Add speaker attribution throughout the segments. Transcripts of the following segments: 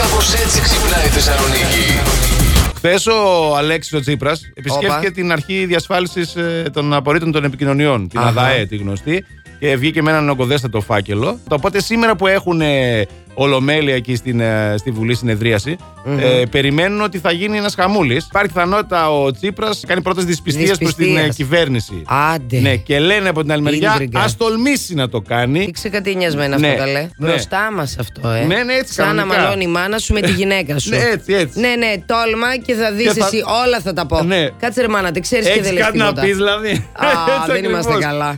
Speaker 1: Κάπως έτσι ξυπνάει η Θεσσαλονίκη.
Speaker 2: Χθες ο Αλέξης ο Τσίπρας επισκέφθηκε
Speaker 3: Όπα.
Speaker 2: την αρχή διασφάλισης των απορρίτων των επικοινωνιών, την
Speaker 3: Αχα.
Speaker 2: ΑΔΑΕ, τη γνωστή, και βγήκε με έναν ογκοδέστατο φάκελο. Το Οπότε σήμερα που έχουν ε, ολομέλεια εκεί στην, ε, στη Βουλή συνεδρίαση, ε, περιμένουν ότι θα γίνει ένας χαμούλης. Υπάρχει πιθανότητα ο Τσίπρας να κάνει πρώτες δυσπιστίες προς την ε,
Speaker 3: Δυσπιστίας.
Speaker 2: κυβέρνηση.
Speaker 3: Άντε.
Speaker 2: Ναι, και λένε από την άλλη μεριά,
Speaker 3: Ίνδριγκα.
Speaker 2: ας τολμήσει να το κάνει.
Speaker 3: Δείξε κάτι νοιασμένο
Speaker 2: Ναι,
Speaker 3: αυτό, καλέ.
Speaker 2: ναι.
Speaker 3: Μπροστά μας αυτό, ε.
Speaker 2: Ναι, ναι, έτσι
Speaker 3: Σαν να
Speaker 2: κανονικά.
Speaker 3: μαλώνει η μάνα σου με τη γυναίκα σου.
Speaker 2: Ναι, έτσι, έτσι.
Speaker 3: Ναι, ναι, τόλμα και θα δεις
Speaker 2: Και θα-
Speaker 3: εσύ. Όλα θα τα πω.
Speaker 2: Ναι.
Speaker 3: Κάτσε ρε μάνα, τι ξέρει και
Speaker 2: Έχει
Speaker 3: δεν λες
Speaker 2: κάτι να
Speaker 3: τίποτα.
Speaker 2: πεις, δηλαδή.
Speaker 3: Α,
Speaker 2: Έτσι
Speaker 3: δεν
Speaker 2: ακριβώς.
Speaker 3: είμαστε καλά.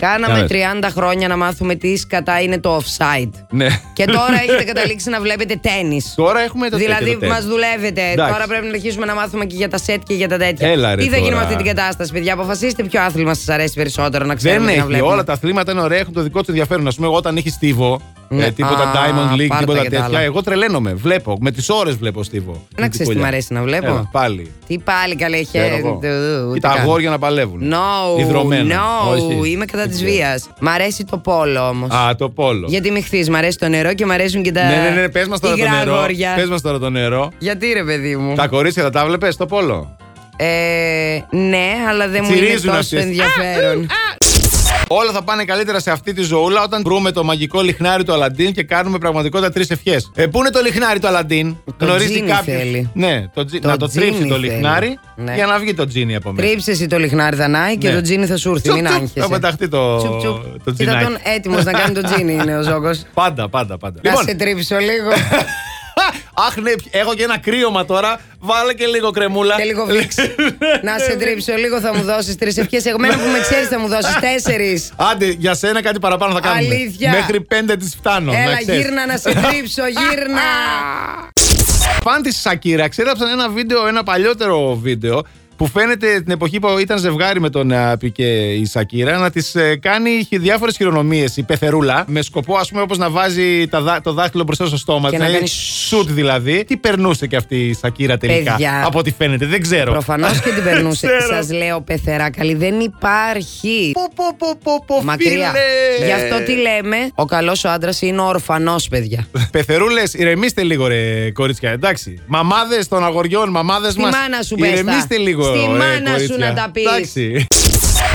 Speaker 3: Κάναμε 30 χρόνια να μάθουμε τι σκατά είναι το offside.
Speaker 2: Ναι.
Speaker 3: Και τώρα έχετε καταλήξει να βλέπετε τέννις.
Speaker 2: Τώρα έχουμε Ε, το τέτοιο,
Speaker 3: Δηλαδή,
Speaker 2: το τέτοιο.
Speaker 3: μα δουλεύετε.
Speaker 2: Εντάξει.
Speaker 3: Τώρα πρέπει να αρχίσουμε να μάθουμε και για τα σετ και για τα τέτοια.
Speaker 2: Έλα, ρε,
Speaker 3: Τι θα γίνει με
Speaker 2: τώρα.
Speaker 3: αυτή την κατάσταση, παιδιά. Αποφασίστε ποιο άθλημα σας αρέσει περισσότερο να ξέρουμε.
Speaker 2: Δεν
Speaker 3: τι να
Speaker 2: έχει.
Speaker 3: βλέπουμε.
Speaker 2: Όλα τα αθλήματα είναι ωραία, έχουν το δικό τους ενδιαφέρον. Ας πούμε, εγώ όταν έχει στίβο,
Speaker 3: Ναι.
Speaker 2: ε, τίποτα
Speaker 3: Α,
Speaker 2: Diamond League,
Speaker 3: πάρτα
Speaker 2: τίποτα
Speaker 3: και τα άλλα.
Speaker 2: τέτοια, εγώ τρελαίνομαι. Βλέπω. Με τις ώρες βλέπω στίβο.
Speaker 3: Να ξέρεις τι
Speaker 2: μου
Speaker 3: μ' αρέσει να βλέπω.
Speaker 2: πάλι.
Speaker 3: Τι πάλι καλέ
Speaker 2: Ξέρω εγώ.
Speaker 3: χέρι.
Speaker 2: Και τα αγόρια να παλεύουν.
Speaker 3: No,
Speaker 2: Ιδρωμένα.
Speaker 3: no,
Speaker 2: Όχι.
Speaker 3: είμαι κατά
Speaker 2: Δεν
Speaker 3: τη
Speaker 2: ξέρω.
Speaker 3: βίας. Μ' αρέσει το πόλο όμως.
Speaker 2: Α, το πόλο.
Speaker 3: Γιατί με χθεί, μ' αρέσει το νερό και μ' αρέσουν και τα.
Speaker 2: Ναι, ναι, ναι, πες μας τώρα το
Speaker 3: υγρά
Speaker 2: νερό.
Speaker 3: αγόρια.
Speaker 2: Πες μας τώρα το νερό.
Speaker 3: Γιατί ρε, παιδί μου.
Speaker 2: Τα κορίτσια θα τα βλέπες στο πόλο.
Speaker 3: Ε, ναι, αλλά δεν μου είναι
Speaker 2: Τσιρίζουν
Speaker 3: τόσο
Speaker 2: αυτές.
Speaker 3: ενδιαφέρον.
Speaker 2: Όλα θα πάνε καλύτερα σε αυτή τη ζωούλα όταν βρούμε το μαγικό λιχνάρι του Αλαντίν και κάνουμε πραγματικότητα τρεις ευχές. Ε, πού είναι το λιχνάρι του Αλαντίν,
Speaker 3: Το τζίνι θέλει.
Speaker 2: Ναι, το τζι...
Speaker 3: Το
Speaker 2: να το
Speaker 3: τζίνι
Speaker 2: τρίψει το
Speaker 3: θέλει.
Speaker 2: λιχνάρι
Speaker 3: Ναι.
Speaker 2: για να βγει το τζίνι από μέσα.
Speaker 3: Τρίψε εσύ το λιχνάρι Δανάη και
Speaker 2: Ναι.
Speaker 3: το τζίνι θα σου έρθει. Μην
Speaker 2: Τσουπ, τσουπ.
Speaker 3: άγχεσαι.
Speaker 2: Θα πεταχτεί το,
Speaker 3: Τσουπ, τσουπ.
Speaker 2: το
Speaker 3: Ήταν
Speaker 2: τζινάκι.
Speaker 3: τον έτοιμος να κάνει το τζίνι, είναι ο Ζόκο.
Speaker 2: Πάντα, πάντα, πάντα.
Speaker 3: Να
Speaker 2: Λοιπόν,
Speaker 3: σε τρίψω λίγο
Speaker 2: αχ ναι, έχω και ένα κρύωμα τώρα. Βάλε και λίγο κρεμούλα.
Speaker 3: και λίγο βίξ. Να σε τρίψω λίγο, θα μου δώσεις τρεις ευχές. Εγωμένου που με ξέρεις, θα μου δώσεις τέσσερις.
Speaker 2: Άντε, για σένα κάτι παραπάνω θα κάνουμε.
Speaker 3: Αλήθεια.
Speaker 2: Μέχρι πέντε τη φτάνω.
Speaker 3: Έλα,
Speaker 2: να ξέρεις.
Speaker 3: γύρνα να σε τρίψω, γύρνα.
Speaker 2: Φαν τη Σακύρα ξέραψαν ένα βίντεο, ένα παλιότερο βίντεο που φαίνεται την εποχή που ήταν ζευγάρι με τον ε, Πικέ η Σακύρα να τη κάνει διάφορες χειρονομίες η πεθερούλα με σκοπό, ας πούμε, όπως να βάζει τα δά- το δάχτυλο μπροστά στο στόμα
Speaker 3: Και
Speaker 2: της,
Speaker 3: να κάνεις
Speaker 2: σουτ δηλαδή. Τι περνούσε και αυτή η Σακύρα τελικά.
Speaker 3: Παιδιά.
Speaker 2: Από ό,τι φαίνεται, δεν ξέρω.
Speaker 3: Προφανώς και την περνούσε.
Speaker 2: Ξέρω.
Speaker 3: Σας λέω, πεθερά καλή, δεν υπάρχει.
Speaker 2: Πω, πω, πω, πω, πω,
Speaker 3: Μακριά.
Speaker 2: φίλε.
Speaker 3: Γι' αυτό τι λέμε, ο καλός ο άντρας είναι ο ορφανός, παιδιά.
Speaker 2: Πεθερούλες, ηρεμήστε λίγο, ρε κορίτσια, εντάξει. Μαμάδες των αγοριών, μαμάδες
Speaker 3: Στη
Speaker 2: μας.
Speaker 3: μάνα σου πες τα.
Speaker 2: Ηρεμήστε λίγο.
Speaker 3: Στη
Speaker 2: ρε,
Speaker 3: μάνα σου
Speaker 2: κορίτσια.
Speaker 3: να τα πεις.
Speaker 2: Εντάξει.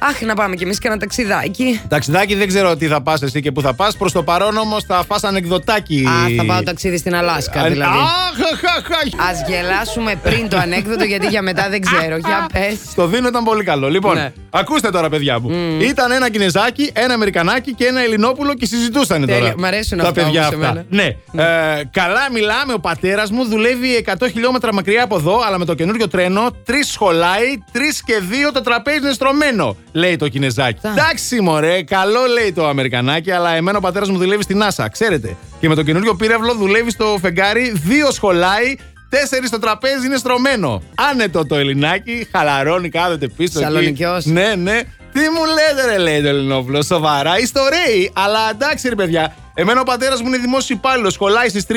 Speaker 3: Αχ, να πάμε κι εμείς και ένα ταξιδάκι.
Speaker 2: Ταξιδάκι δεν ξέρω τι θα πας εσύ και πού θα πας. Προς το παρόν όμως θα πα ανεκδοτάκι.
Speaker 3: Α, θα πάω ταξίδι στην Αλάσκα, δηλαδή.
Speaker 2: Αχ, αχ, αχ.
Speaker 3: Ας γελάσουμε πριν το ανέκδοτο, γιατί για μετά δεν ξέρω. Για πε.
Speaker 2: Στο δίνω ήταν πολύ καλό. Λοιπόν,
Speaker 3: Ναι.
Speaker 2: ακούστε τώρα, παιδιά μου. Ήταν ένα Κινεζάκι, ένα Αμερικανάκι και ένα Ελληνόπουλο και συζητούσαν
Speaker 3: Τέλεια.
Speaker 2: τώρα.
Speaker 3: Μ' αρέσουν
Speaker 2: τα
Speaker 3: αυτά
Speaker 2: παιδιά
Speaker 3: όμως
Speaker 2: αυτά. Ναι. Ε, καλά μιλάμε. Ο πατέρας μου δουλεύει 100 χιλιόμετρα μακριά από εδώ, αλλά με το καινούριο τρένο τρεις σχολάει, τρεις και δύο το τραπέζι είναι στρωμένο, λέει το Κινεζάκι.
Speaker 3: Τα.
Speaker 2: Εντάξει, μωρέ, καλό λέει το Αμερικανάκι, αλλά εμένα ο πατέρας μου δουλεύει στην NASA, ξέρετε. Και με το καινούριο πύραυλο δουλεύει στο φεγγάρι, δύο σχολάει, τέσσερις στο τραπέζι είναι στρωμένο. Άνετο το Ελληνάκι, χαλαρώνει, κάθεται πίσω. εκεί.
Speaker 3: Θεσσαλονικιός.
Speaker 2: Ναι, ναι. Τι μου λέτε, ρε, λέει το Ελληνόπουλο. Σοβαρά, ιστορέοι. Αλλά εντάξει, ρε παιδιά. Εμένα ο πατέρας μου είναι δημόσιο υπάλληλος. Σχολάει στις 3,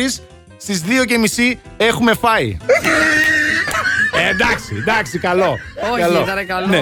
Speaker 2: στι 2 και μισή έχουμε φάει. Ε, εντάξει, εντάξει, καλό.
Speaker 3: Όχι, ήταν καλό.
Speaker 2: Ναι.